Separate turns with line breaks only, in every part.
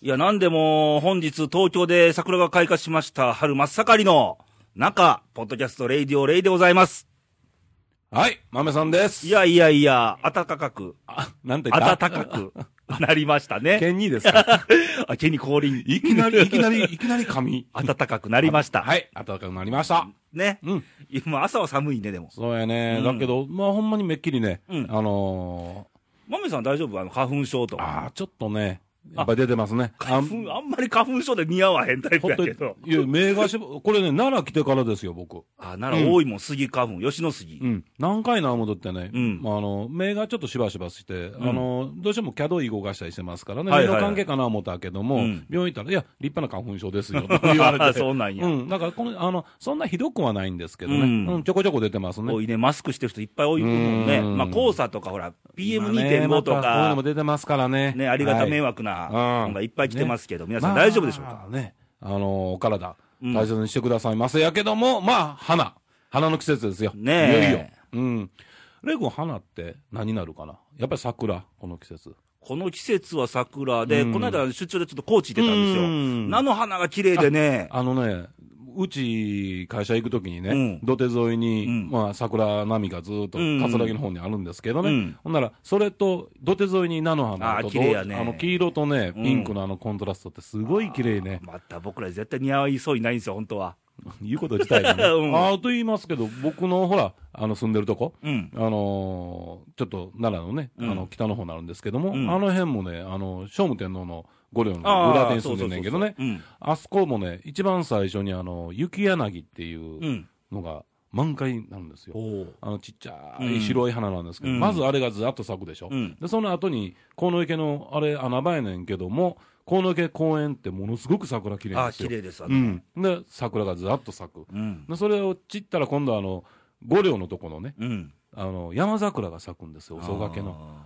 いや、なんでも、本日東京で桜が開花しました春真っ盛りの中、ポッドキャストレイディオレイでございます。
はい、豆さんです。
い、やいやいや、暖かく、
あ、なんて言った
暖かくなりましたね。
県にですか
あ、毛に降臨。
いきなり、いきなり、いきなり髪。
暖かくなりました。
はい、暖かくなりました。
ね。
うん。
今、朝は寒いね、でも。
そうやね。
うん
だけど、まあほんまにめっきりね、
うん
あの
まめさん大丈夫あの、花粉症と
ー、
か。
あーちょっとね、やっぱり出てますね。
花粉、あんまり花粉症で似合わへんタイプ
ほ
や
っとい
け
い
ど。
や、目がしぼ、これね、奈良来てからですよ、僕。
あ、なら多いもん、杉花粉、吉野杉。
うん。何回な思うとってね、
うん
まあ、あの、目がちょっとしばしばして、
ん
あの、どうしてもキャドイ動かしたりしてますからね、
はいはいはい
目の関係かな思ったけども、
うん
病院行ったら、いや、立派な花粉症で すよ、と言われ
あ
て。
そうなんや。
うん、だからこのあの、そんなひどくはないんですけどね、
う
うんんちょこちょこ出てますね。
多いね、マスクしてる人いっぱい多いもんね。
うん
まあ、黄砂とかほら、
今ね
PM2.5 と
またこういうの
か、
も出てますからね。
ね、ありがた迷
惑、
惑な
はいうん
のがいっぱい来てますけど、皆さん
まあ
大丈夫でしょうか
ね、あのお体、
うん
大切にしてくださいませ。やけども、まあ、花。花の季節ですよ。
ねえ
いよいよ。うん。レイ君、花って何になるかなやっぱり桜、この季節。
この季節は桜で、
うん
この間出張でちょっと高知行ってたんですよ。
うん
菜の花が綺麗でね、
あのね、うち、会社行くときにね、
うん
土手沿いに、
うん
まあ、桜並みがずーっと、
うん
桂木の方にあるんですけどね。
うん
ほんなら、それと、土手沿いに菜の
あー
花と、
綺麗やね
あの、黄色とね、
うん
ピンクのあのコントラストってすごい綺麗ね。
また僕ら絶対似合いそうにないんですよ、本当は。
言うこと自体がね。
うん
あーと言いますけど、僕のほら、あの、住んでるとこ、
うん。
あのーちょっと奈良のね、
うん
あの、北の方になるんですけども、
うん
あの辺もね、あの、聖武天皇の御陵の
ああ
裏手に住んでんねんけどね
そ、うそうそう
あそこもね、一番最初にあの、雪柳っていう、
そううん。うん。
のが満開になるんですよ。
おう
あのちっちゃ
うん
い白い花なんですけど、
うん
まずあれがずらっと咲くでしょ。
うん
で、その後に、鴻池の、あれ、穴場やねんけども、鴻池公園ってものすごく桜綺麗
あ
なん
あ、
です
綺
よ。
麗です、あ
う
の。
ん。で、桜がずらっと咲く。
うん。
で、それを散ったら今度あの、五稜のとこのね、
うん。
あの、山桜が咲くんですよ、遅掛けの。
の。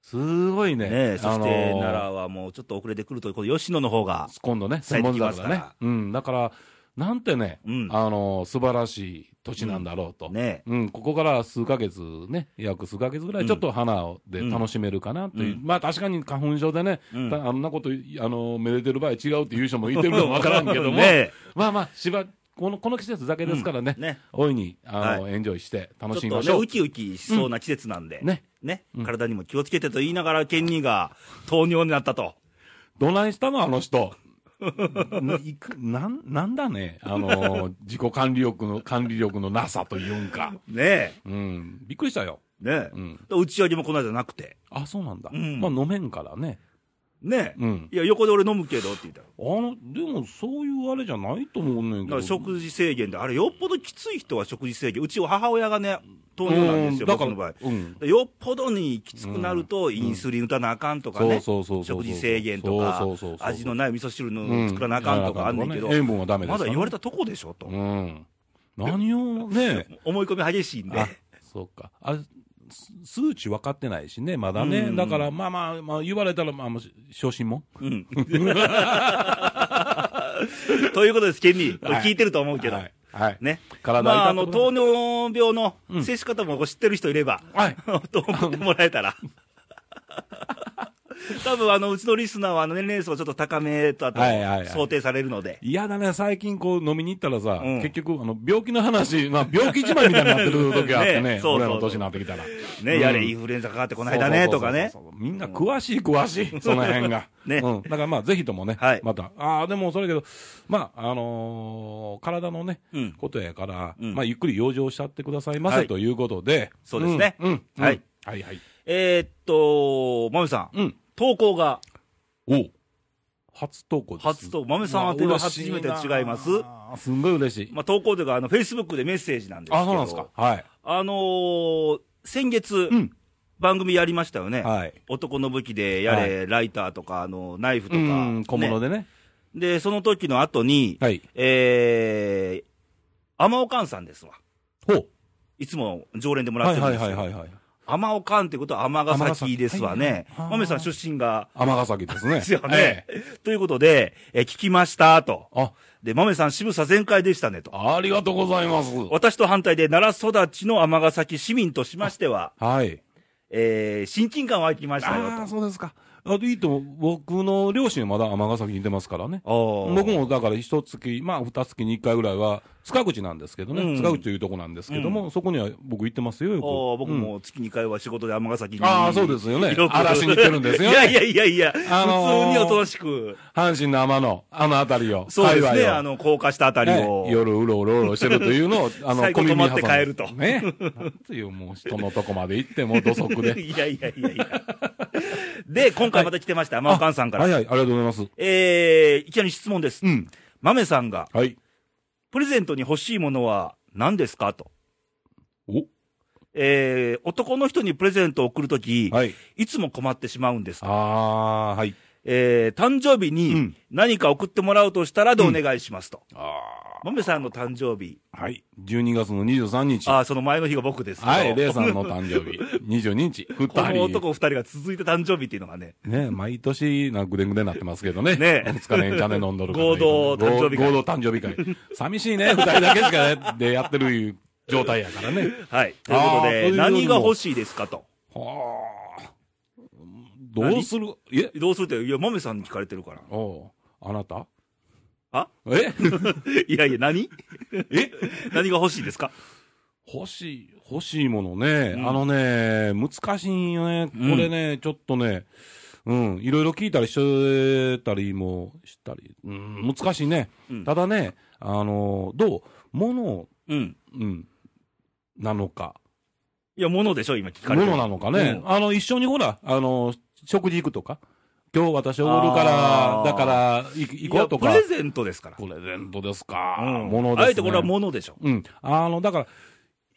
すごいね。
ねえ、そして
あのー
奈良はもうちょっと遅れてくると、この吉野の方が。
今度ね、
咲
千
いて
本
きますか
桜
ら
がね。うん。だから、なんてね、
うん。
あのー素晴らしい土地なんだろうと。
ね
うん、ここから数ヶ月ね、約数ヶ月ぐら
うん
い、ちょっと花をで楽しめるかなという、
うん
まあ確かに花粉症でね、
うん
たあんなこと、あの、めでてる場合違うっていう人もいてるかもわからんけども、
ねえ
まあまあ、しば、この、この季節だけですからね、
ね。
大いに、あの、
は
エンジョイして楽し
ち
み
ょ
ま
っ
し
とね、
ょう
ウ。キウキしそうな季節なんで、
ね。
ね
う、ん
体にも気をつけてと言いながら、ケンニーが糖尿になったと。
どないしたのあ の人。ないくなん、なんだね、あの、自己管理力の、管理力のなさというんか。
ね
うん、びっくりしたよ。
え、ねえ、
うん。
打ち上げもこの間なくて、
あ、そうなんだ。
うん
まあ飲めんからね。
ねえ、
うん。
いや、横で俺飲むけどって言ったら、
あの、でもそういうあれじゃないと思うねん
だ
け
か
ど。
ら食事制限で、あれ、よっぽどきつい人は食事制限、うちは母親がね、糖尿なんですよ、
だか
僕の
ら、
場合。
うん。
よっぽどにきつくなると、インスリン打たなあかんとか
そう
ね、
そうそうそ
食
う。
事制限とか
そうそうそう、そう
味のない味噌汁
う
の
ん
作らなあかんとかあんねんけど、
塩分はダメです
ま
か
だ
らね。
言われたとこでしょと、
うん。何 をね、
思い込み激しいんで
あ。、そうか。あす数値分かってないしね、まだね。
うん
だから、まあまあ、まあ、言われたら、まあ、もうし昇進も。
うん。ということです、ケンニー。これ
はい
聞いてると思うけど。
はい。はい。
ね。
体
まあ、あ
痛
の、
くなる
糖尿病の接し方もこう知ってる人いれば、
はい。
と思ってもらえた ら。多分、あの、うちのリスナーは、あの、年齢層ちょっと高めと、あと
はいはいは、い
想定されるので。
嫌だね、最近こう飲みに行ったらさ、
うん
結局、あの、病気の話、 まあ、病気自慢みたいになってる時があって
ね そ
ね、
うそう
俺らの年になってきたら。
ね、
うん
やれ、インフルエンザかかってこないだね、とかね
そ。うそうそうそうみんな詳しい詳しい、その辺が
。ね
うん。だからまあ、ぜひともね、
はい
また。ああ、でもそれけど、まあ、あのー体のね、
うん。
ことやから、
うん
まあ、ゆっくり養生しちゃってくださいませ、
はい
ということで。
そうですね
うん。うんうん
はい。
はいはい。
えーっと、まめさん、
うん。
投稿が、
お初投稿です。
初投まめさん宛ては初めて違います
あーすんごい嬉しい。
まあ、投稿というか、あの、Facebook でメッセージなんですけど。
あ、そうなんですか。はい。
あのー先月、
うん
番組やりましたよね。
はい。
男の武器でやれ、ライターとか、あの、ナイフと
う
か。
ん、小物
ね
でね。
で、その時の後に、
はい。
えー、天おかんさんですわ。
ほう。
いつも常連でもらっ
は
て
い
る
は
ん
い
です
はい
よ。
はいはい。
天おかんってことは天ヶ崎ですわね。
尼崎はいはい
まめさん出身が、
尼崎ですね。
ですよね
え。
ということで、えー聞きました、と。
え。あ、
で、まめさん渋さ全開でしたね、と。
ありがとうございます。
私と反対で、奈良育ちの尼崎市民としましては、
はい。
えー、親近感湧きましたよ、と
ああ、。そうですか。あといいと思う、僕の両親はまだ尼崎にいてますからね。
あー
僕。もだから一月、まあ二月に一回ぐらいは、塚口なんですけどね、
うん
塚口というとこなんですけども、そこには僕行ってま すよ、よく。
あー僕
うん。
も月2回は仕事で尼崎に。
ああ、そうですよね
よ。く
嵐に行ってるんですよ、
い
ね。
やいやいやいや、
あのー
普通におとなしく。
阪神の天野、あの辺りを。
そうです
界
ね、
隈を
あの、降下したあたりを。
ね夜うろうろうろしてるというのを、あ の、
最後
小耳に
止まって
挟んで
帰ると
ね。なんていう、もう人のとこまで行って、もう土足 で。
いやいやいやいや。で、今回また来てました、天岡さんから。
はいはい、ありがとうございます。
えー、一応に質問です
う。ん。
豆さんが、
はい。
プレゼントに欲しいものは何ですかと。
お
えー、男の人にプレゼントを送るとき、い、
はい。
つも困ってしまうんです。
あー、はい。
えー、誕生日
う
に
ん
何か送ってもらうとしたらでお願いしますと。
あ
豆さんの誕生日、
ー。はい。12月の23日。
あーその前の日が僕ですけど
はい、レイさんの誕生 日。22日。二人。
この男二人が続いて誕生日っていうのがね、
ね、毎年、なんかぐでんぐでんなってますけどね。
ね
2日連チャンで飲んどるから
合同誕生日会
合合同誕生日会。寂しいね、二人だけしかね、でやってる状態やからね。
はい。ということ
あーそう
で、
いうのも
何が欲しいですかと。
はあ。どうするえ
どうするって、いや、豆さんに聞かれてるから。
おうあなた
あ
え
いやいや、何
え
何が欲しいですか
欲しい、欲しいものね、
うん
あのね、難しいよね。これね、ちょっとね、うん、いろいろ聞いたりしてたりもしたり、うん、難しいね。
うん
ただね、あの、どうもの、
うん。
うん、なのか、
いや、物でしょ、今聞か
も
れてる。
のなのかね、
う
あの、一緒にほら、あの、食事行くとか、今日私おるから
あ、ー
だから、行行こうとか
いや。プレゼントですから。
プレゼントですか。
うん
ものです、ね。
あえてこれは物でしょ。
うん。あの、だから、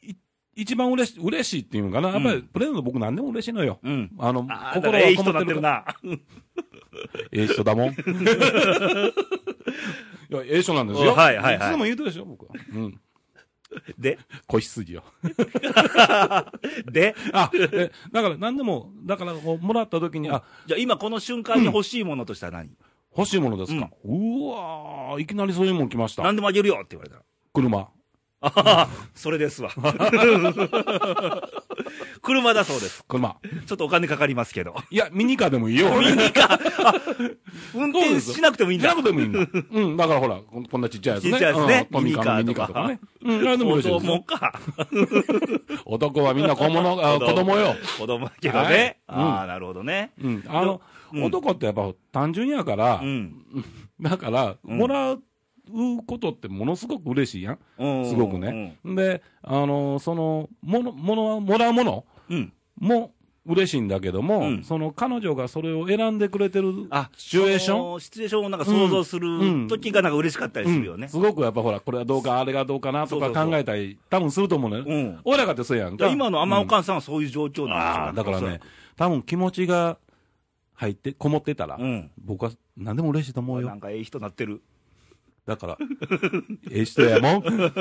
い一番嬉し嬉しいっていうのかな。やっぱ
う
り、プレゼント僕何でも嬉しいのよ。
うん。
あの、
あーだ
心
から
は
ええ
こ
人
も
な
っ
って
て
る
るから。
な。
ええ人だ もん。いや、ええ人なんですよ。
はいはいはい
つも言うてるでしょ、僕は。うん。
で、
子羊 よ。
で、
あ、え、だから何でも、だからこう、もらった時に、あ、
じゃあ今この瞬間に欲しいものとしたら何、
欲しいものですか。うわー、いきなりそういうもん来ました。
何でもあげるよって言われたら。
車。
あははそれ ですわ。 車だそうです。
車。
ちょっとお金かかりますけど。
いや、 ミニカーでもいいよ。
運
そう
転
です
しなくても いいん
ジャ
だ。
ブでもいいんだ。うん、だからほら、こんこんなちっちゃいやつね。
ちっちゃいやつね
うんトミカ
ミ
のミ
ニ
ニ
カーと
カー
か
とかね。うん、あれでも
子
嬉しいですよ
供か。
男はみんな小物、あ
子供
子供よ。
子供だけどね。ああ、なるほどね。
うん、あの、
うん
男ってやっぱ単純やから
う、ん。
だから、
ん
もらうことってものすごく嬉しいやん。
うん
すごくね。で、あの、その、もの、ものは、もらうもの
うん。うん。
も嬉しいんだけど
う
も
ん、
その彼女がそれを選んでくれてる
あ、
シチュエーション
ンシチュエーションをなんか想像す
う
る
ん
時がなんか嬉しかったりするよね
うん。すごくやっぱほら、これはどうか、あれがどうかなと
そ
か
うそうそう
考えたり、多分すると思うね。
うん
俺らかってそうやん
だか
か。
ら今の天おかんさんはそういう状況
あ
な
あ、
んです
だ
よ。
からね、多分気持ちが入って、こもってたら、
うん
僕は何でも嬉しいと思
お
う
い。な
よ
ん。かええ人なってる。
だから、 ええ人やもん。 よ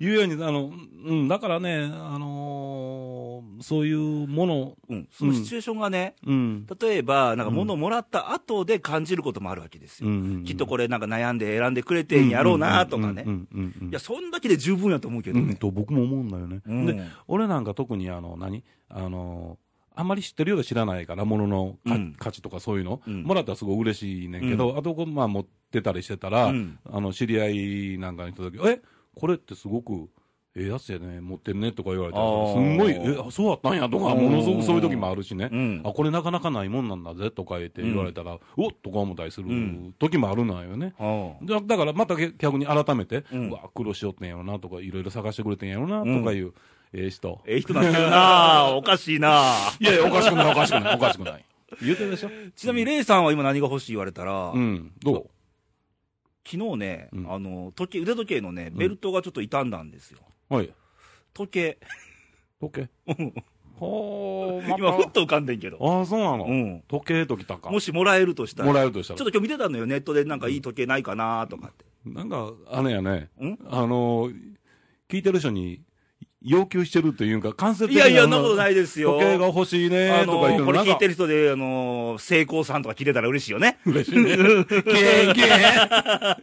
言うように、あの、うん、だからね、あのーそういうもの、
うん。そのシチュエーションがね、
うん、
例えば、なんか物をもらった後で感じることもあるわけです
うん
よ。
うん
きっとこれなんか悩んで選んでくれてんやろうなとかね
う。んうんうんうん
いや、そんだけで十分やと思うけど
うん
ね。
と僕も思うんだよね。
うん
で、俺なんか特にあの、何あのーあんまり知ってるようで知らないから、もののか
うん
価値とかそういうの、
うん
もらったらすごい嬉しいねんけど、あとこう、まあ、持ってたりしてたら、
うん
あの知り合いなんかに人だけ、えこれってすごくええやつやね、持ってるねとか言われて、
あー
すんごい、え、そうだったんやとか、ものすごくそういう時もあるしね、
うん
あこれなかなかないもんなんだぜとか言って言われたら、おっとか思ったりする
うん
時もあるなんよね。
ああ
だだからまた逆逆に改めて、
う
うんわ、苦労しよってんやろなとか、いろいろ探してくれてんやろなとかいう、ええ人。
ええ人なってるな おかしいない
やいや、おかしくない、おかしくない、おかしくない。言うてるでしょ
ちなみに、レイさんは今何が欲しい言われたら、
うん、ど
昨日ね、
うん
あの、時計、腕時計のね、ベルトがちょっと傷んだんですよ。
うはい。
時計。
時計。ほー、
今、ふ
ま
っと浮かんでんけど。
た。あ、そうなの、
うん。
時計ときたか。
も
も
しもらえるとしたら。
らえるとした
ちょ
ら
っ。と今日見てたのよ、ネットでなんかいい時計ないかなとかって。
なんか、あれやね
ん、
あの、聞いてる人に要求してるというか、間接的
いやいや、そ
あ
ん
の
なことないですよ。
時計が欲しいね
あ
とか言う
の、これ
なんか
聞いてる人で、あの、成功さんとか聞いてたら嬉しいよ ね。
嬉しいね。ゲーン、ゲ ーン、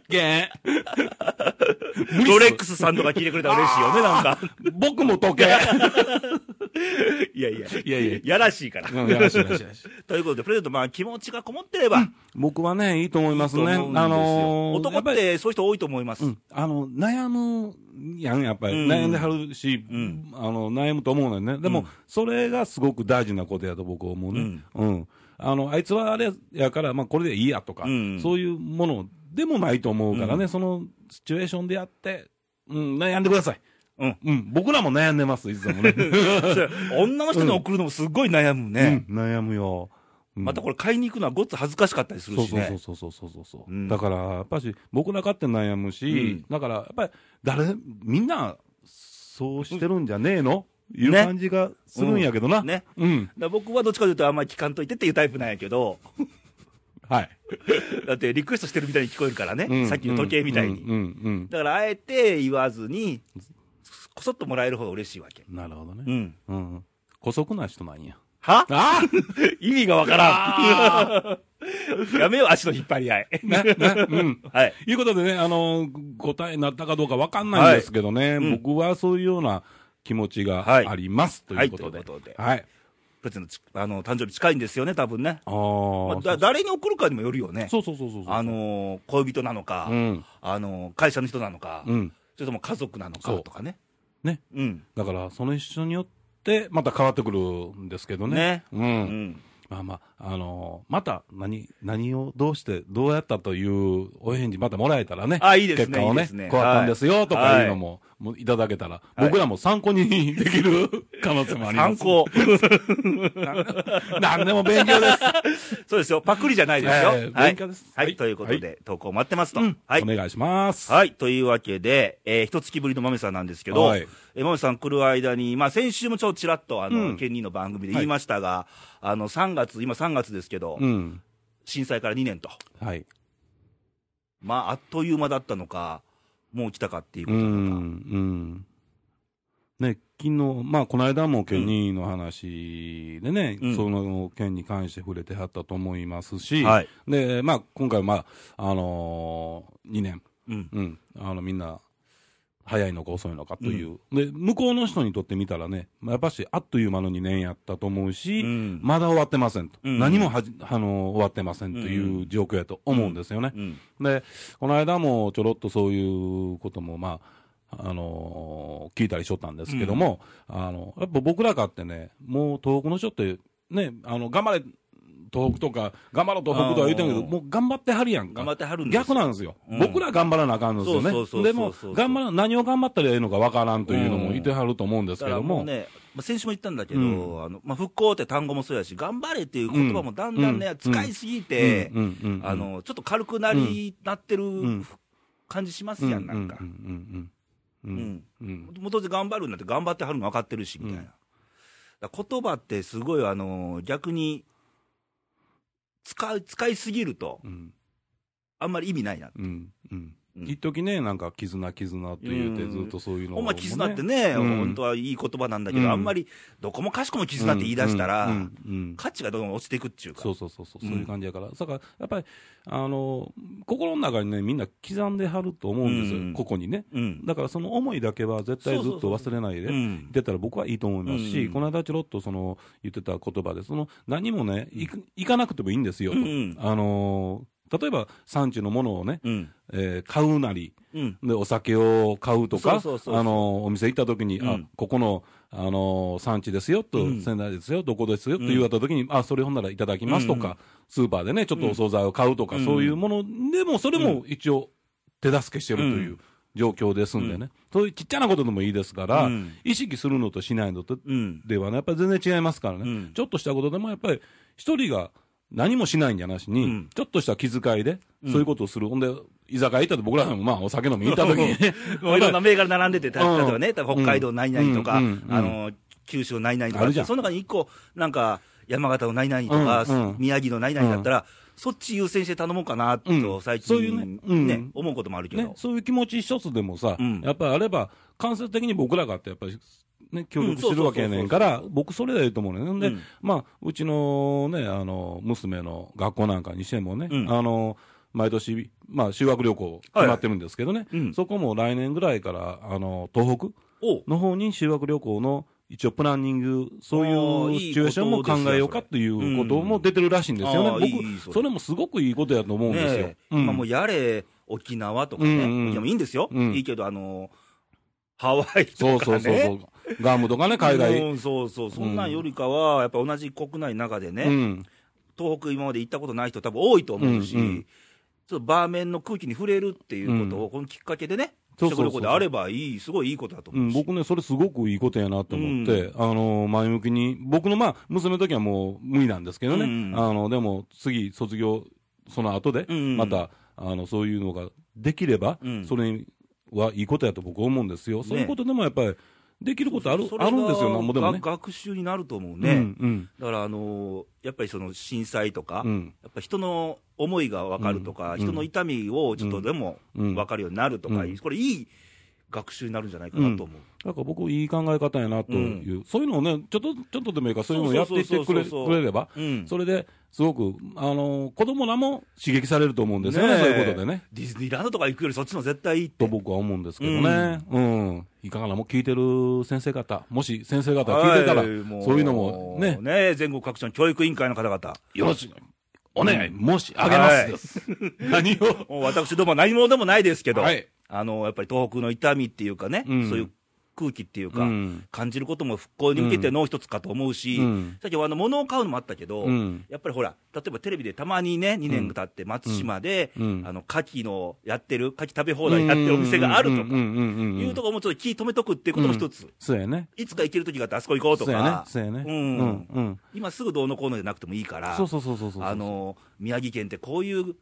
ゲーン。
ロレックスさんとか聞いてくれたら嬉しいよね、なんか。
僕も時計。
いやいや、
いやいや
やらしいから。
うんやらしいやらしいやらしい
ということで、プレゼント、まあ、気持ちがこもってれば、
僕はね、いいと思います
と思
ね。
うんですよ
あのー
男っ、
やぱ
てそういう人多いと思います。
りうん、あの、悩むやん、やっぱり。
うん
悩んではるし、
うん
あの、悩むと思うのよね。でも、
うん
それがすごく大事なことやと僕は思うね。うん。あの、あいつはあれやから、まあ、これでいいやとか、
うん
そういうものでもないと思うからね、そのシチュエーションでやって、うん、悩んでください。
うん。
うん、僕らも悩んでます、いつ もね。
そう 女の人に送るのもすっごい悩むね。
うん、悩むよ。うん
またこれ買いに行くのはごっつ恥ずかしかったりするし
そ
ね。
うそうそうそうそうそうそう、
うん
だからやっぱし僕らかって悩むし、だからやっぱり誰みんなそうしてるんじゃねえの、いう
ね
感じがするんやけどな、うん
ね。だから僕はどっちかというとあんまり聞かんといてっていうタイプなんやけど、
はい、
だってリクエストしてるみたいに聞こえるからね、
うん
さっきの時計みたいに。
うんうん
だからあえて言わずに、こそっともらえる方が嬉しいわけ。
うんなるほど
う
ね
ん。
うん、姑息な人なんや
は
あ
意味がわからん。 やめよう、足の引っ張り合い。
あ、うん
はい。
いうことでね、あの答えになったかどうかわかんないんですけどね、
いうん
僕はそういうような気持ちが
はい
あります、
はい
ということで。
ということで
はい
プレゼントち、あの、誕生日近いんですよね、多分ね。
あ
まあ
ー
だ誰に送るかにもよるよね。
そうそうそうそうそう。
あのー恋人なのか、
うん
あのー会社の人なのか、
うん。
それとも家族なのか
そう
とかね。
ね。
うん。
だから、その一緒によって、また変わってくるんですけど
ね
ね。う。
うんん。
まあまあ、あのーまた、何、何をどうして、どうやったというお返事またもらえたらね。
あいいですね
結果を
いい
ね
ですね、
こうやったんですよ、とかいうのも、もういただけたら、僕らも参考にできる可能性もありま
参
す。
考。
何でも勉強です。
そうですよ。パクリじゃない ですよ。
えー
はい
勉強です
はい。
はい
ということで、投稿待ってますと。はい
お。願いします。
はい。というわけで、えー、一月ぶりの豆さんなんですけど、
はい
えー豆さん来る間に、まあ先週もちょっとちらっと、あの、
うん
県人の番組で言いましたが、あの、3月、今3月ですけど、
うん。
震災から2年と。
はい。
まあ、あっという間だったのか、もう来たかっていうこ
う
と
ん、う
なのか。
ん。ね、昨日、まあ、この間も県にの話でね、
うん
その件に関して触れてはったと思いますし、
はい
で、まあ、今回、まあ、あのー、2年、
うん。
うん、あの、みんな、早いのか遅いのかという、で、向こうの人にとってみたらね、まあやっぱし、あっという間の2年やったと思うし、
うん
まだ終わってませんと。
うん
何もはじ、あのー終わってませんという状況やと思うんですよね。
うん。
で、この間もちょろっとそういうことも、まあ、あのー聞いたりしとったんですけども、あの、やっぱ僕らかってね、もう東北の人って、ね、あの、頑張れ、東北とか、頑張ろう東北とは言うてんけど、
あー
もう頑張ってはるやんか。
頑張ってはるんですよ
逆なんですよ。
うん
僕ら頑張らなあかんのですよ
そうそうそうそ
ね。
う
でも
そうそうそう、
頑張ら、何を頑張ったらええのかわからんというのもいてはると思うんで
だ
す
か
け
ら
ど
も
も
う、ね、まあ、先週も言ったんだけど、
うん
あのまあ、復興って単語もそうやし、頑張れっていう言葉もだんだんね、
うん
使いすぎて、
うんうんうんうん
あの、ちょっと軽くなり、なってる
ん
感じしますやん、なんか
う。んうんうんうんうん
う
うん
もう当然頑張るなんて頑張ってはるの分かってるし、みたいな。
うん
だから言葉ってすごい、あの、逆に、使い、使いすぎると、
うん
あんまり意味ないな。
うんうん
うん
一時ね、なんか、絆、絆って言うて、
うん
ずっとそういうの
ほんま絆ってね、
うん
本当はいい言葉なんだけど、
うん
あんまり、どこもかしこも絆って言い出したら、
うんうんうん
価値がどんどん落ちていくっていうか。
そうそうそうそう、
うん
そういう感じやから、だからやっぱり、あの心の中にね、みんな刻んではると思うんですよ、
うん
ここにね、
うん。
だからその思いだけは絶対ずっと忘れないで、
うん
出たら僕はいいと思いますし、
うん
この間、ちょろっとその言ってた言葉で、その何もね、行く行かなくてもいいんですよと、
うん
あの例えば産地のものをね、
うん。
えー買うなり、
うん。
で、お酒を買うとか、
そうそうそうそう
あの、お店行った時に、
う
あ
ん、
ここの、あの、産地ですよと、
うん
仙台ですよ、どこですよ、
ん
って言われた時に、あ、それほんならいただきますと
うん
か、スーパーでね、ちょっとお惣菜を買うとか、
うん
そういうものでも、それも一応手助けしてるというう状況ですんでね、そういうちっちゃなことでもいいですから、
うん
意識するのとしないのと
うん。
ではね、やっぱり全然違いますからね、
うん
ちょっとしたことでもやっぱり、一人が何もしないんじゃなしに、
うん、
ちょっとした気遣いで、そういうことをする、ほんで、居酒屋行ったと僕らもまあお酒飲み行った時に ね
もういろんな銘柄並んでて、た
うん
例えばね、多分北海道何々とか、
うんうんうん
あの、九州の何々と
あ
か
るじゃん
その中に一個、なんか、山形の何々とか、
うんうん
宮城の何々だったら、そっち優先して頼もうかな、と、
うん
最
そ
近、
ういうねうん
ね思うこともあるけど。
ね、そういう気持ち一つでもさ、
うん
やっぱりあれば、間接的に僕らがってやっぱり、ね、協力してるわけやねんか
うんそう
ら、僕それでいいと思うねん。ほんで、
うん
まあ、うちのね、あの、娘の学校なんかにしてもね、
うん
あの、毎年、まあ、修学旅行決まってるんですけどね、
うん
そこも来年ぐらいから、あの、東北
おう
の方に修学旅行の一応プランニング、そう
あーい
い
うい
シチュエーションも考えようかということも出てるらしいんですよね。
うんあー
僕
いいいいそれ
それもすごくいいことやと思うんですよ。
ねえ
うん
まあもうやれ、沖縄とかね、
うんうん
いやもういいんですよ、
うん
いいけど、あのハワイ
そ
と
う
か、ね、
そうそうそう。ガムとかね、海外。
うんそうそう、そんなんよりかは、やっぱ同じ国内の中でね、
うん。
東北、今まで行ったことない人、多分多いと思うし、
うんうん
ちょっとバーメンの空気に触れるっていうことを、このきっかけでね、
そうそ
食
うそう
旅行であればいい、すごいいいことだと
う、
思うんし、
僕ね、それすごくいいことやなと思って、あの、前向きに、僕のまあ、娘の時はもう無理なんですけどね、
うんうん
あの、でも、次、卒業、その後で、
うんうん
また、あの、そういうのができれば、
うん
それはいいことやと僕は思うんですよ。そういうことでもやっぱり、できることある、
それが
あるんですよ、なんもでもね。
が学習になると思う
う
ね、
ん、うん、
だから、あのーやっぱりその震災とか、
うん、
やっぱ人の思いが分かるとか、
うん
人の痛みをちょっとでも
うん。
分かるようになるとか、
うん
これ、いい学習になるんじゃないかなと思う。
なんか僕、いい考え方やなという、そういうのをね、ちょっと、ちょっとでもいいから、そういうのをやっていってくれ
そうそうそうそう
くれれば、
うん
それですごく、あの子供らも刺激されると思うんですよね、
ねえ
そういうことでね。
ディズニーランドとか行くより、そっちの絶対いいって
と。僕は思うんですけどね、うん、いかがなも聞いてる先生方、もし先生方聞いてたら、
は
そういうのもね、
全国各地の教育委員会の方々、
よろしく、お願い、申し上げますです。何を、
もう私どもは何者でもないですけど、
はい
あのやっぱり東北の痛みっていうかね、
うん
そういう空気っていうか、
うん
感じることも復興に向けての一つかと思うし、
うん
さっきはあの物を買うのもあったけど、
うん
やっぱりほら、例えばテレビでたまにね、2年経って松島で、
うん
あの牡蠣のやってる、牡蠣食べ放題やってるお店があるとか、い
いう
ところもちょっと気止めとくっていうことも一つ、
そうやね、
いつか行ける時があって、あそこ行こうと
そうやね
か、、
そうやね、
うん
うん、うん、
今すぐどうのこうのじゃなくてもいいから。
そうそうそうそうそう、
あの宮城県ってこういう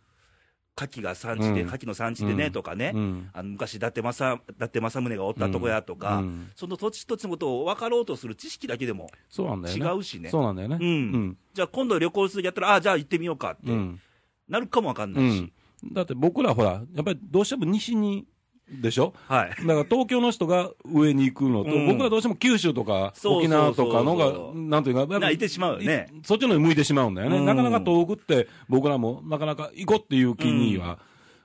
牡蠣が産地で、
うん
牡蠣の産地でね、
うん
とかね、
うん
あの昔伊達政、伊達政宗がおったとこやとか、
うんうん
その土地土地のことを分かろうとする知識だけでも
そうなんだよ
違
ね。
うしね、
そうなんだよね。
うんじゃあ今度旅行する時やったら、ああ、じゃあ行ってみようかって、
うん。うん。
なるかも分かん
う
ないし
ん、だって僕らほら、やっぱりどうしても西に、でしょ
はい、
だから東京の人が上に行くのと、
うん
僕らどうしても九州とか
そうそ
沖
うそう
縄
そう
とかのが、なんていうか、やっぱ
なんかいてしまうよね
いそっちの方に向いてしまうんだよね。
うん
なかなか東北って僕らもなかなか行こうっていう気には、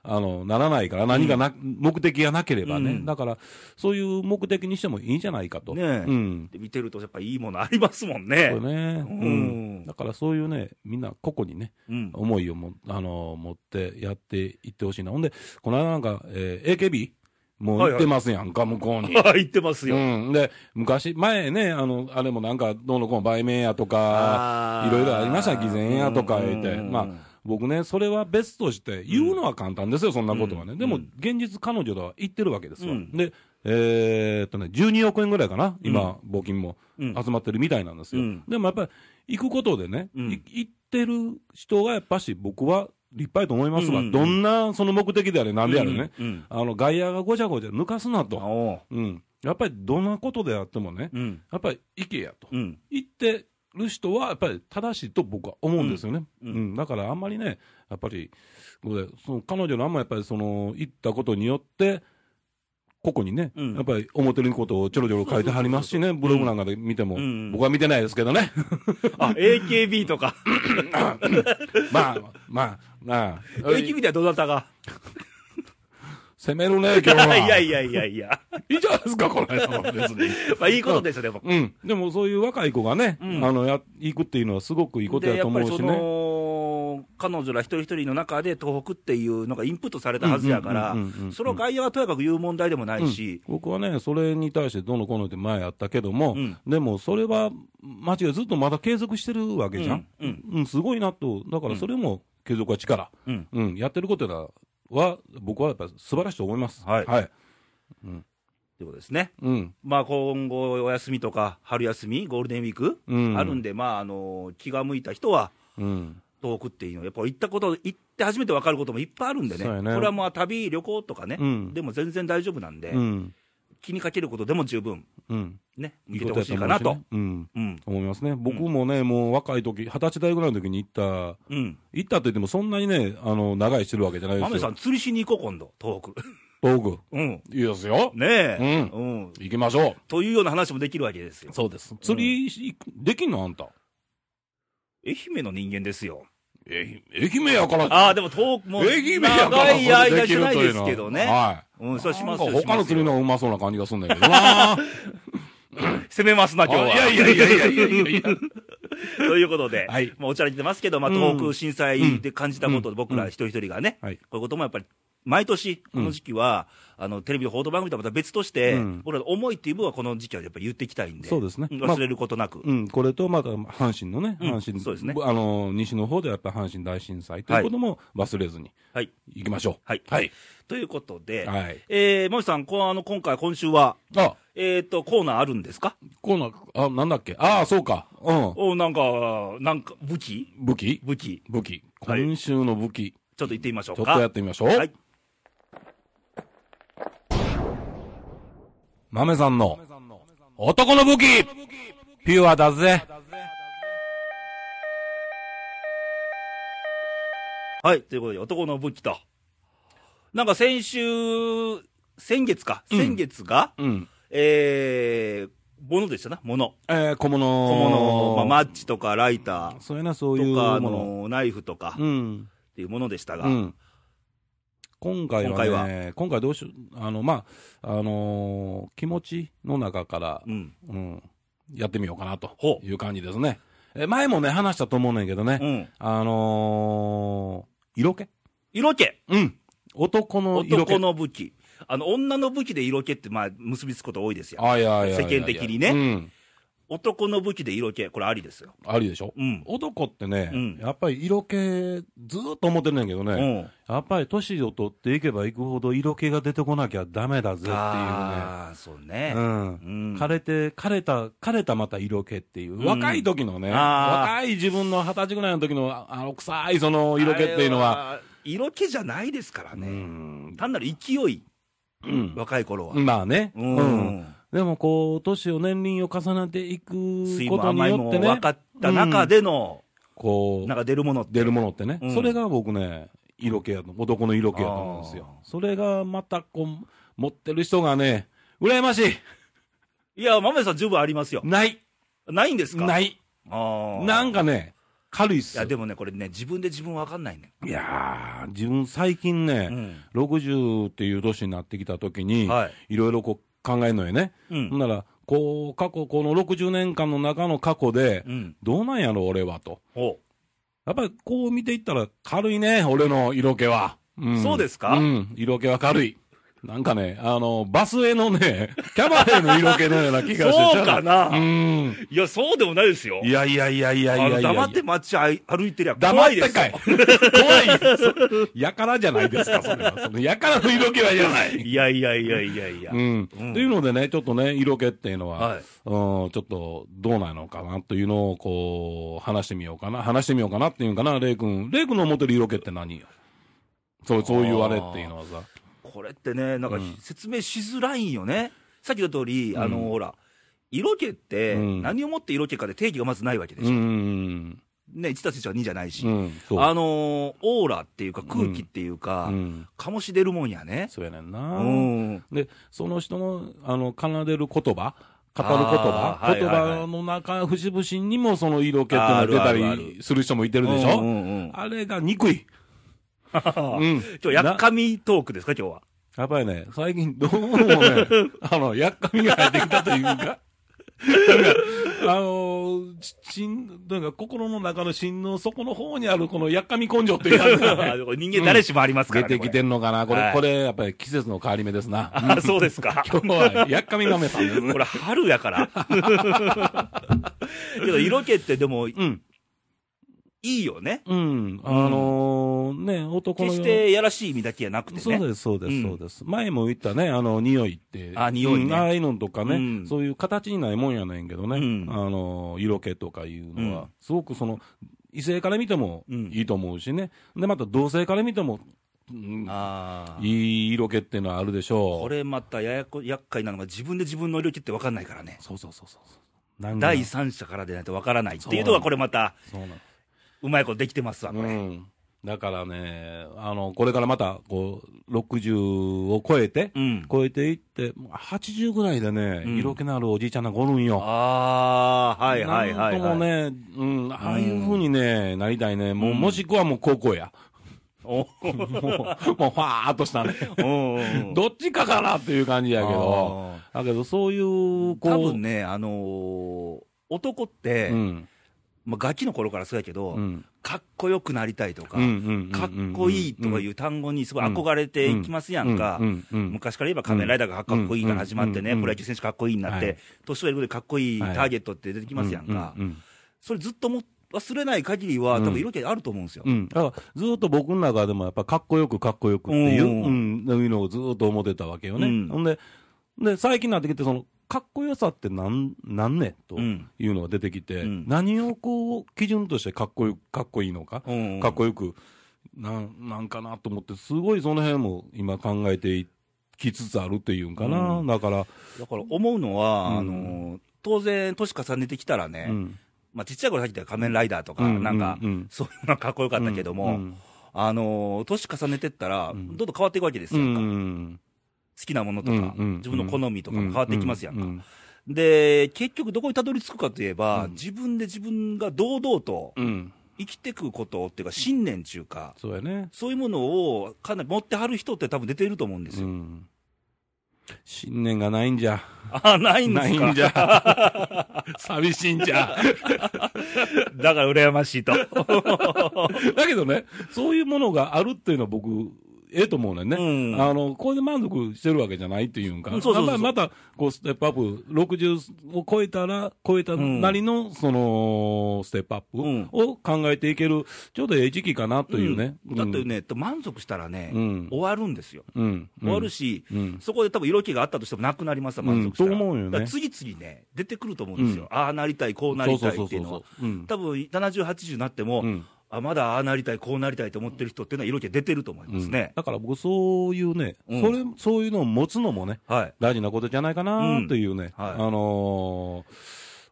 あの、ならないから、何がな、目的がなければね。
うん
だから、そういう目的にしてもいいんじゃないかと。
ねえ
うん。
で見てると、やっぱいいものありますもんね。
そうね。
う
うんん。だからそういうね、みんな個々にね、
うん
思いをも、あの持ってやっていってほしいな。ほんで、この間なんか、えー AKB? もう行ってますやんか、向こうに。
言ってますよ、
うん。で、昔、前ね、あの、あれもなんか、どうのこうの売名やと
あ
か、
ー
いろいろありました、偽善やとか言って。
うん
まあ、僕ね、それは別として、言うのは簡単ですよ、そんなことはね。
うん
でも、現実彼女とは言ってるわけですわ。
うん
で、えーっとね、12億円ぐらいかな、今、募金も
うん
集まってるみたいなんですよ。
うん
でもやっぱり、行くことでね、
うん
い行ってる人がやっぱし僕は立派やと思いますわ。
うん
どんなその目的であれ、なんであれね。
うんうん
あの、外野がごちゃごちゃ抜かすな
うん
と。
おう
うん。やっぱりどんなことであってもね、
うん
やっぱり行けやと。
うん
言ってる人はやっぱり正しいと僕は思うんですよね、
う
うんん
うん
だからあんまりね、やっぱり、ごめんその彼女のあんまやっぱりその言ったことによって、ここにね、
うん
やっぱり表のことをちょろちょろ書いてはりますしね、ブログなんかで見ても、
うん
僕は見てないですけ どね、
あ AKB と か、
まあまあ、まあ、
AKB ではどなたが、
攻めるね、今日は。
いやいやいやいや。
いいじゃないですか、この間は別 に。
まあ、いいことですよね、僕。
うん、でもそういう若い子がね、
うん
あのや行くっていうのはすごくいいこと
で、
や
や
と
っぱ
思う
りそ
しね。
の、彼女ら一人一人の中で東北っていうのがインプットされたはずやから
うんうんうんうんう、ん
その外野はとやかく言う問題でもないし、
うん僕はね、それに対してどうのこうのって前あったけども、
うん
でもそれは間違い、ずっとまだ継続してるわけじゃん、
うん
うんすごいなと、だからそれも継続は力、
うん
うんやってることだは、僕はやっぱ素晴らしいと思います。
はい
はい
ということですね。
うん
まあ、今後、お休みとか、春休み、ゴールデンウィーク、
うん
あるんで、まあ、あの、気が向いた人は、
うん
東北っていうのは、やっぱ行ったこと、行って初めて分かることもいっぱいあるんでね、
そうやね
これはまあ、旅、旅行とかね、
うん
でも全然大丈夫なんで、
うん
気にかけることでも十分、
うん
ね、見てほしいかな
ことや
と
思。うしねうん、
うん。
思いますね、僕もね、もう若い時二十歳代ぐらいの時に行った、
うん。
行ったと言っても、そんなにね、あの長いしてるわけじゃない
マ
で
メ
す
さん、
よ、
釣りしに行こう、今度、東北。
道具、
うん。
いいですよ、
ねえ、
う
うん。
行きましょう。
というような話もできるわけですよ。
そうです。釣りし、できんのあんた。
愛媛の人間ですよ。
え、愛媛やから。
ああ、でも遠くも
愛媛やから。
長い間しないです
そ
け
れきるという
ど
の
ね。
ははい。
うん、それはします
な
よ。
んか他の釣り
し
の方がうまそうな感じがするんだけどな。
攻めますな、今日は。
いやいやいやいやい やいやいや。
ということで、
はい
まあ、お茶ら出てますけど、まあ、東北震災で感じたことで、僕ら一人一人がね、
はい
こういうこともやっぱり、毎年、この時期は、あの、テレビの報道番組とはまた別として、
うん
僕らの思いっていう部分はこの時期はやっぱり言っていきたいんで、
そうですね
ん忘れることなく。
うん、これとまた阪神のね、
うん
阪神、
そうですね
あの西の方ではやっぱり阪神大震災ということも忘れずに
はい。
いきましょう。
はい。
はい。
ということで、
はい
えー、もみさん、こうあの、今回、今週は、
あ、
えっ、と、コーナーあるんですか
コーナー、あ、なんだっけああ、そうか。うん。
おなんか、なんか、武器
武器
武器
武器。
はい
今週の武器。
ちょっと言ってみましょう
ちょ
か。
っとやってみましょう。
はい。
豆さんの男の武器ピュアだぜ。
はい、ということで、男の武器と。なんか先週、先月か、
うん
先月が、
うん。
えー、ものでしたな、もの。
えー、小物。
小物、まあ、マッチとかライター
そういうな、そういう
とか、あ
もの。
の、ナイフとか
うん。
っていうものでしたが、
うん、今回はね、
今
今
回
回
は
どうしよう、あの、まあ、あのー気持ちの中から
う、ん。
うん、やってみようかなと
ほう
いう感じですね。え前もね、話したと思うねんけどね、
うん。
あのー色気
色気
うん。男の色気。
男の武器。あの、女の武器で色気って、まあ、結びつくこと多いですよ。
あいやいやいやいや
世間的にね
うん。
男の武器で色気、これありですよ。
ありでしょ、
うん
男ってね、
うん
やっぱり色気、ずーっと思ってるねんけどね、
うん。
やっぱり年を取っていけばいくほど色気が出てこなきゃダメだぜっていう
ああ、そうね。
ね。うん
うん
枯れて、枯れた、枯れたまた色気っていう、
ん
若い時のね、
あー
若い自分の二十歳ぐらいの時の、ああの、臭いその色気っていうのは、
あれ色気じゃないですから
う
ね。
ん、
単なる勢い、
うん
若い頃は。
まあね、
うん
でもこう、年を年輪を重ねていく
水
こ
も
とに
甘い
よ
も
って
分
ね
か、った中での、
こう
なん、か出るものって。
出るものってね、
うん
それが僕ね、色気やと、男の色気やと思うんですよ。それがまたこう、持ってる人がね、羨ましい
いや、豆さん十分ありますよ。
ない
ないんですか。
ないい
ああ。
なん
か。
かね、軽いっ
い
すよ
や、でもね、これね、自分で自分分かんないね。
いやー、自分最近
う
ね、
ん。
60っていう年になってきた時に、、
はい
ろいろこう考えるのよね。
う
ほん
ん。
なら、こう、過去、この60年間の中の過去で、
うん。
どうなんやろ、俺はと。
ほ
やっぱりこう見ていったら軽いね、俺の色気は。ん
そうですか
うん、色気は軽い。なんかね、あの、バスへのね、キャバレーの色気のような気がして
そうかな
うん。
う。いや、そうでもないですよ。
いやいやいやいやいやいや
あの黙って街あい歩いてりゃ
黙
怖
っ
いで
て
す
か
よ
い。。怖いです。やからじゃないですか、それは。そのやからの色気はいらない。
いやいやいやいやいや。
うん。と、
うん
いうのでね、ちょっとね、色気っていうのは、
はい
うん、ちょっとどうなのかなというのを、こう、話してみようかな、話してみようかなっていうんかな、レイ君。レイ君の思ってる色気って何よそう、そういうあれっていうのはさ。
これってね、なんか
うん
説明しづらいんよね、さっきの通り、あの
うん
ほら、色気って、
うん
何をもって色気かで定義がまずないわけで
う
しょ、
ん。
ね、1たす1は2じゃないし、
うん。そう。
あのーオーラっていうか、空気っていうか、
うん。
醸し出るもんやね。
そうやねん
う
な。
ん
で、その人の、あの、奏でる言葉、語る言
あー
葉、
はい
言
はいはい
葉の中、節々にもその色気っていうのが出
あ
た
るあるある
りする人もいてるでし
うん
ょ
うんうん
あれが憎い。うん。
今日やっかみトークですか、 今日は。
なやばいね、最近どうも ね、あの、やっかみが入ってきたというか、なんか あの、ちちん、なんか心の中の心の底の方にあるこのやっかみ根性っていうやつがね
人間、誰しもありますか
出
らね、
てきてんのかな。こ
は
れ
い、
これ、やっぱり季節の変わり目ですな。
これあそうですか。
今日は、やっかみ豆さんですね。
これ、春や から。けど、色気ってでも、い
うん。
いよね。
うん、あのーね、男の
決
世
し
の
てやらしい意味だけじゃなくて
そう
ね。
です、そうで
うん
す、そうです。前も言ったね、あの、匂いって。
あ匂いね
うんああいうのとかね、
うん
そういう形にないもんやねんけどね、
うん
あの、色気とかいうのは、
うん
すごくその、異性から見ても
うん
いいと思うしね。で、また同性から見ても、うん
ああ。
いい色気っていうのはあるでしょう。
これまたややこ、厄介なのが自分で自分の領域って分かんないからね。
そうそうそうそう。なんか
第三者からでないと分からないっていうのがこれまた、
そうなん
うまいことできてますわ、こ
う
れ。
ん。だからね、あの、これからまた、こう、60を超えて、
うん。
超えていって、もう80ぐらいでね、
うん
色気のあるおじいちゃんがおるんよ。
ああ、はいはいはい、
なんとも
はい。
ね、うん、ああいうふうにね、なりたいね。もう、
うん
もしくはもう高校や。
お
もう、もう、ファーっとしたね。
うんうんうん
どっちかかなっていう感じやけど。だけど、そういう、こう。
多分ね、あのー男って、
うん。
まあ、ガキの頃からそうやけど、
うん。
かっこよくなりたいとか、
うん
かっこいいとかいうう単語にすごい憧れていきますやんか。
うんうんうん
昔から言えば仮面ライダーがかっこいいから始まってね、
うん
プロ野球選手かっこいいになって、
はい
年をやることでかっこいいターゲットって出てきますやんか、
ううん
それずっとも忘れない限りは、
うん
多分色気あると思うんですよ。
うん、だからずっと僕の中でもやっぱかっこよくかっこよくっていう,、
うん
うん、いうのをずっと思ってたわけよね。
うん
ほんで、で最近になってきて、そのかっこよさってなんなんねんと
うん
いうのが出てきて、
うん
何をこう基準としてかっこよくかっこいいのか、
うん
かっこよくなんなんかなと思って、すごいその辺も今考えていきつつあるっていうんかな、
うん
だから、
だから思うのは、
うん
あのー当然、年重ねてきたらね、
うん
まあ、ちっちゃい頃さっき言った仮面ライダーとか、
うん
なんか、
うん
そういうのがかっこよかったけども、
うん
あのー年重ねてったら、
うん
どんどん変わっていくわけです
う
や
ん
んか、
うん
好きなものとか、
うんうん
自分の好みとかも変わっていきますやんか、
うん
で結局、どこにたどり着くかといえば、
うん
自分で自分が堂々と
うんうん
生きてくことっていうか、信念ちゅうか、
そうやね。
そういうものをかなり持ってはる人って、多分出ていると思うんですよ。
うん、信念がないんじゃ。
あないんで
な
す
い
か
んじゃ。 寂しいん じゃ。
だから羨ましいと。
だけどね、そういうものがあるっていうのは僕、ええと思うねんね。
うん
あの、これで満足してるわけじゃないっていうんか。
うんそうそうそう
まあまた、こう、ステップアップ、60を超えたら、超えたなりの、その、ステップアッ
うん
プを考えていける、ちょうどええ時期かなというね。
んだってね、満足したらね、
うん
終わるんですよ。
うん、うん。
終わるし、
うん
そこで多分色気があったとしてもなくなりますわ満足したら。
うんと思うよね
だから次々ね、出てくると思うんですよ。
うん
ああなりたい、こうなりたいっていうのは。
うん。
多分70、80になっても、
うん
あまだああなりたい、こうなりたいと思ってる人っていうのは色気出てると思います
うん
ね。
だから僕、そういうね、
うん
それ、そういうのを持つのもね、
はい。
大事なことじゃないか
う
なんというね、
はい
あのー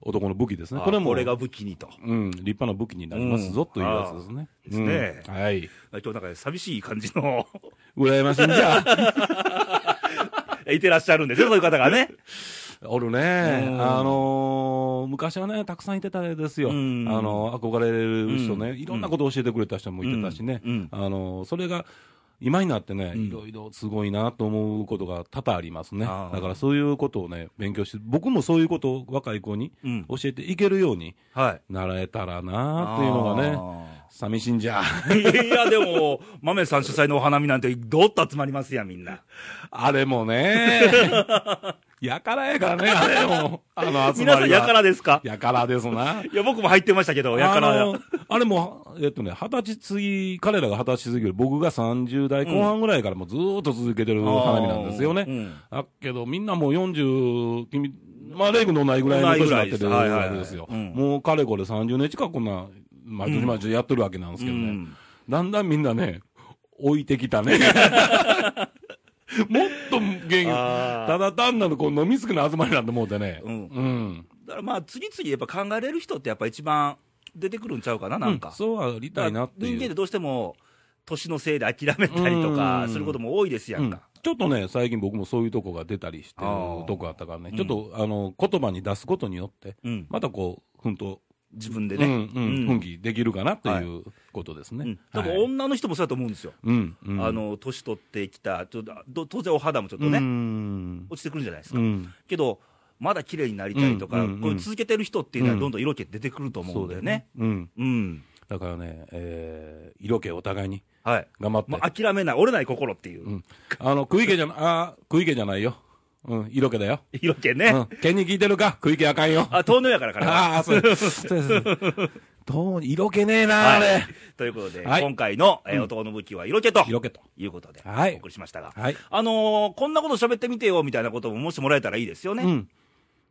男の武器ですね。
あ
これも、
これが武器にと。
うん、立派な武器になります
うん
ぞというやつですね。
あーですね
うんはい。
今日なんか寂しい感じの、
羨ましいんじゃ。
いてらっしゃるんですよ、そういう方が ね。
おるね。
うん
あのー昔はね、たくさんいてたですよ。あ
うん
のー憧れる人ね、
うん
いろんなことを教えてくれた人もいてたしね。
うん
あのーそれが、今になってね、
うん
いろいろすごいなと思うことが多々ありますね。
あー
だからそういうことをね、勉強して、僕もそういうことを若い子に
うん
教えていけるように
はい。
ならえたらなっていうのがね、寂しいんじゃ。
ね。いや、でも、豆さん主催のお花見なんて、どっと集まりますやん、みんな。
あれも ね。やからやからね、あれも。あの集ま
皆
り
さん、やからですか
やからですな。
いや、僕も入ってましたけど、やから
あのあれも、えっとね、二十歳過ぎ、彼らが二十歳過ぎる、僕が30代後半ぐらいからもうずーっと続けてる花火なんですよ
う
ね。
ん
だけど、みんなもう40、君、まあ、レイ君のないぐらいの年になってる
同いぐらいですはいはいはい
わけですよ。
うん
もうかれこれ30年近くこんな、毎年毎年やってるわけなんですけどね。
うん
だんだんみんなね、置いてき たね。もっと元気。
あー
ただ単なるこう飲みすぎの集まりなんて思うてね。
う
うんん。
だからまあ、次々やっぱ考えれる人って、やっぱ一番出てくるんちゃうかな、なんか。
うそうありたいなっていう。
人間ってどうしても、年のせいで諦めたりと
う
か、
ん
することも多いですや
うんん
か。
ちょっとね、最近僕もそういうとこが出たりしてる
あー
とこあったからね、
うん
ちょっと、あの、言葉に出すことによって、
うん
またこう、ふんと、
自分で
うん、う
ね。
ん、
うん
奮起できるかなということです
うん
ね。
多
はい
分女の人もそうだと思うんですよ。
うん、うん
あ、の、年取ってきた、ちょっとど当然お肌もちょっと
う
ね、
ん
落ちてくるんじゃないです
う
か。
ん。
けど、まだ綺麗になりたいとか、
うんうんうん
こういう続けてる人っていうのは、どんどん色気出てくると思うんだよね。
うん。
うん。
だからね、えー、色気お互いに
はい。
頑張って、
もう諦めない、折れない心っていうう、
ん、あの食い気じゃなあー食い気じゃないよ、うん、色気だよ、
色気
う
ね。
ん、剣に聞いてるか、食い気あかんよ、あ
あ、糖尿やからから。
あー、そうです、そ うですどう色気ねえな、あ
は
れ
い、。ということで、
はい
今回の、えー男の武器は色気と。
色気と
いうことで、
はい
お送りしましたが。
はい
あのーこんなこと喋ってみてよ、みたいなことももしもらえたらいいですよね。
うん、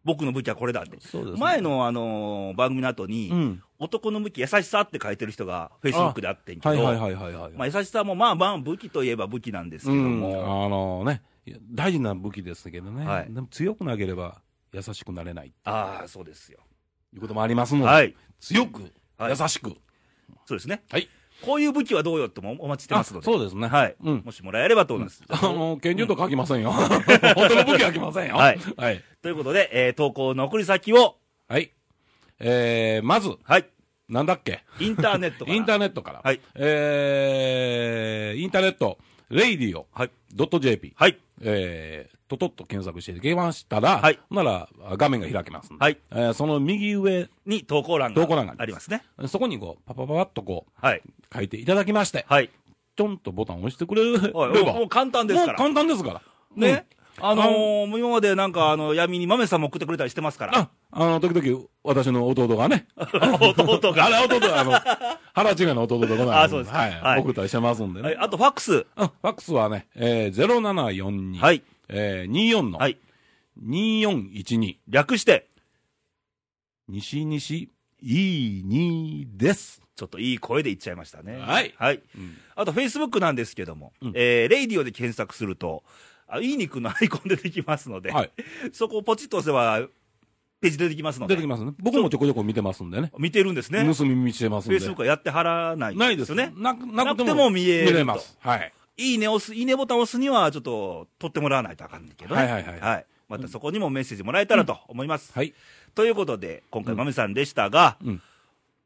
僕の武器はこれだって。
そうですね
前の、あのー番組の後に、
うん
男の武器優しさって書いてる人が、フェイスブックであってんけど、
はいはいはいはい、はい
まあ、優しさもまあまあ武器といえば武器なんですけ
う
ど
ん、あ
も、
のね、いや大事な武器ですけどね、
はい
でも強くなければ優しくなれないと
ああ、そうですよ。
いうこともありますので、
はい。
強く、
はい
優しく、
そうですね。
はい
こういう武器はどうよってもお待ちしてますので。
あそうですね、
はい、
うん
もしもらえればと思い ます。
あの拳銃と書きませ んよ、本当の武器は書きませんよ。
はい
はい
ということで、えー投稿の送り先を、
はい。えー、まず、
はい。
なんだっけ
インターネットから。
インタ
ー
ーネットから。
はい
えー、インターネット、
はい
radio.jp。
はい。
えー、ととっと検索していただけましたら、
はい
ほんならあ画面が開けますんで、
はい
えーその右上、
に投稿欄が
投稿欄が
ありますね。
そこにこう、パパパパッとこ
はい。
う、書いていただきまして、
はい。
ちょんとボタンを押してくれれば、
はいもうもう簡単ですから
もう簡単ですから。
ね。あの
あ
ー、もう今までなんか、あの、闇に豆さんも送ってくれたりしてますから。
あ、あの、時々、私の弟 がね、あ
弟が。
れ、弟、 あの、腹違いの弟とかな
あそうですか
はい、
はい
送ったりしてますんでね。
はい。あと、ファックス。
あ、ファックスはね、えー、0742、
はい
えー、24の、
はい。
2412、
略して、
西西22です。
ちょっといい声で言っちゃいましたね。
はい
はい。
うん
あと、フェイスブックなんですけども、
うん
えー、レイディオで検索すると、あいい肉のアイコン出てきますので、
はい。
そこをポチッと押せば、ページ出てきますの
出
で、
てきますね。僕もちょこちょこ見てますんでね。
見てるんですね。
盗み見してますん
フ
で。
ェイスブックはやってはらないん
ないです
ね
ね。。なくな
なくても見えると
見れます。はい。
いいね押す、いいねボタン押すには、ちょっと、取ってもらわないとあかんねんけどね。
はいはいはい
またそこにもメッセージもらえたらと思います。
はい。
ということで、今回、まめさんでしたが、
うん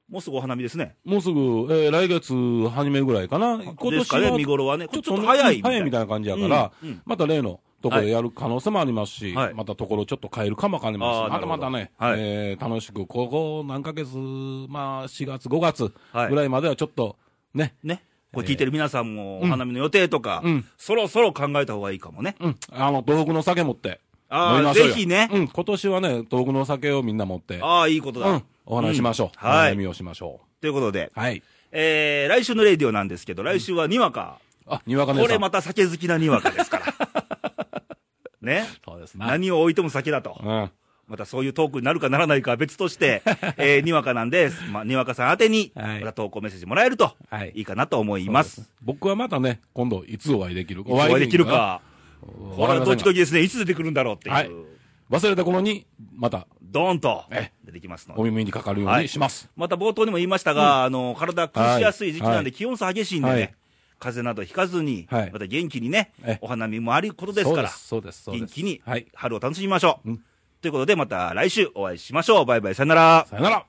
もうすぐお花見ですね。
もうすぐ、えー、来月初めぐらいかな。今年
で
は
すかね、見頃はね。こ
ちょ
れ
っ
ちょっ
と
と早いみたいな。
早いみたいな感じやから、
うんうん
また例のところでやる可能性もありますし、
はい
またところちょっと変えるかもわかります
あー
し、またまた
なる
ね、
ほどはい
えー楽しく、ここ何ヶ月、まあ4月、5月
はい
ぐらいまではちょっと、ね、
ね。これ聞いてる皆さんも、
えー
お花見の予定とか、
うん
そろそろ考えた方がいいかもね。
うん、あの、東北の酒持って、
あー
飲みましょうよ
ぜひね
うん、今年はね、東北の酒をみんな持って、
ああ、いいことだ。
うん、お話ししましょう。
うんはい
お悩みをしましょ
ということで、
う。はい。
えー、来週のレイディオなんですけど、来週はにわか。
あ、にわかね
こ
さ
れ
ん。
また酒好きなにわかですから。 ね。
そうですな。
何を置いても酒だと。
うん。
またそういうトークになるかならないかは別と して、えー、にわかなんで、まあ、にわかさん宛てに、
はい
また投稿メッセージもらえると
はい、
いいかなと思います。
僕はまたね、今度、いつお会いできる
お会いできる。か。
お
これは
会いできるかわかりませんが
ドキドキですね。いつ出てくるんだろうっていう。
はい忘れた頃に、また、
ドーンと
え
出てきますので
お。耳にかかるようにします。
また冒頭にも言いましたが、あの体崩しやすい時期なんで、気温差激しいんでね、
はい
風邪などひかずに、
はい
また元気にね
え、
お花見もあることですから、
そうです、そうです。そう
元
です
気に
はい。
春を楽しみましょう。
うん
ということで、また来週お会いしましょう。バイバイ、さよなら。
さよなら。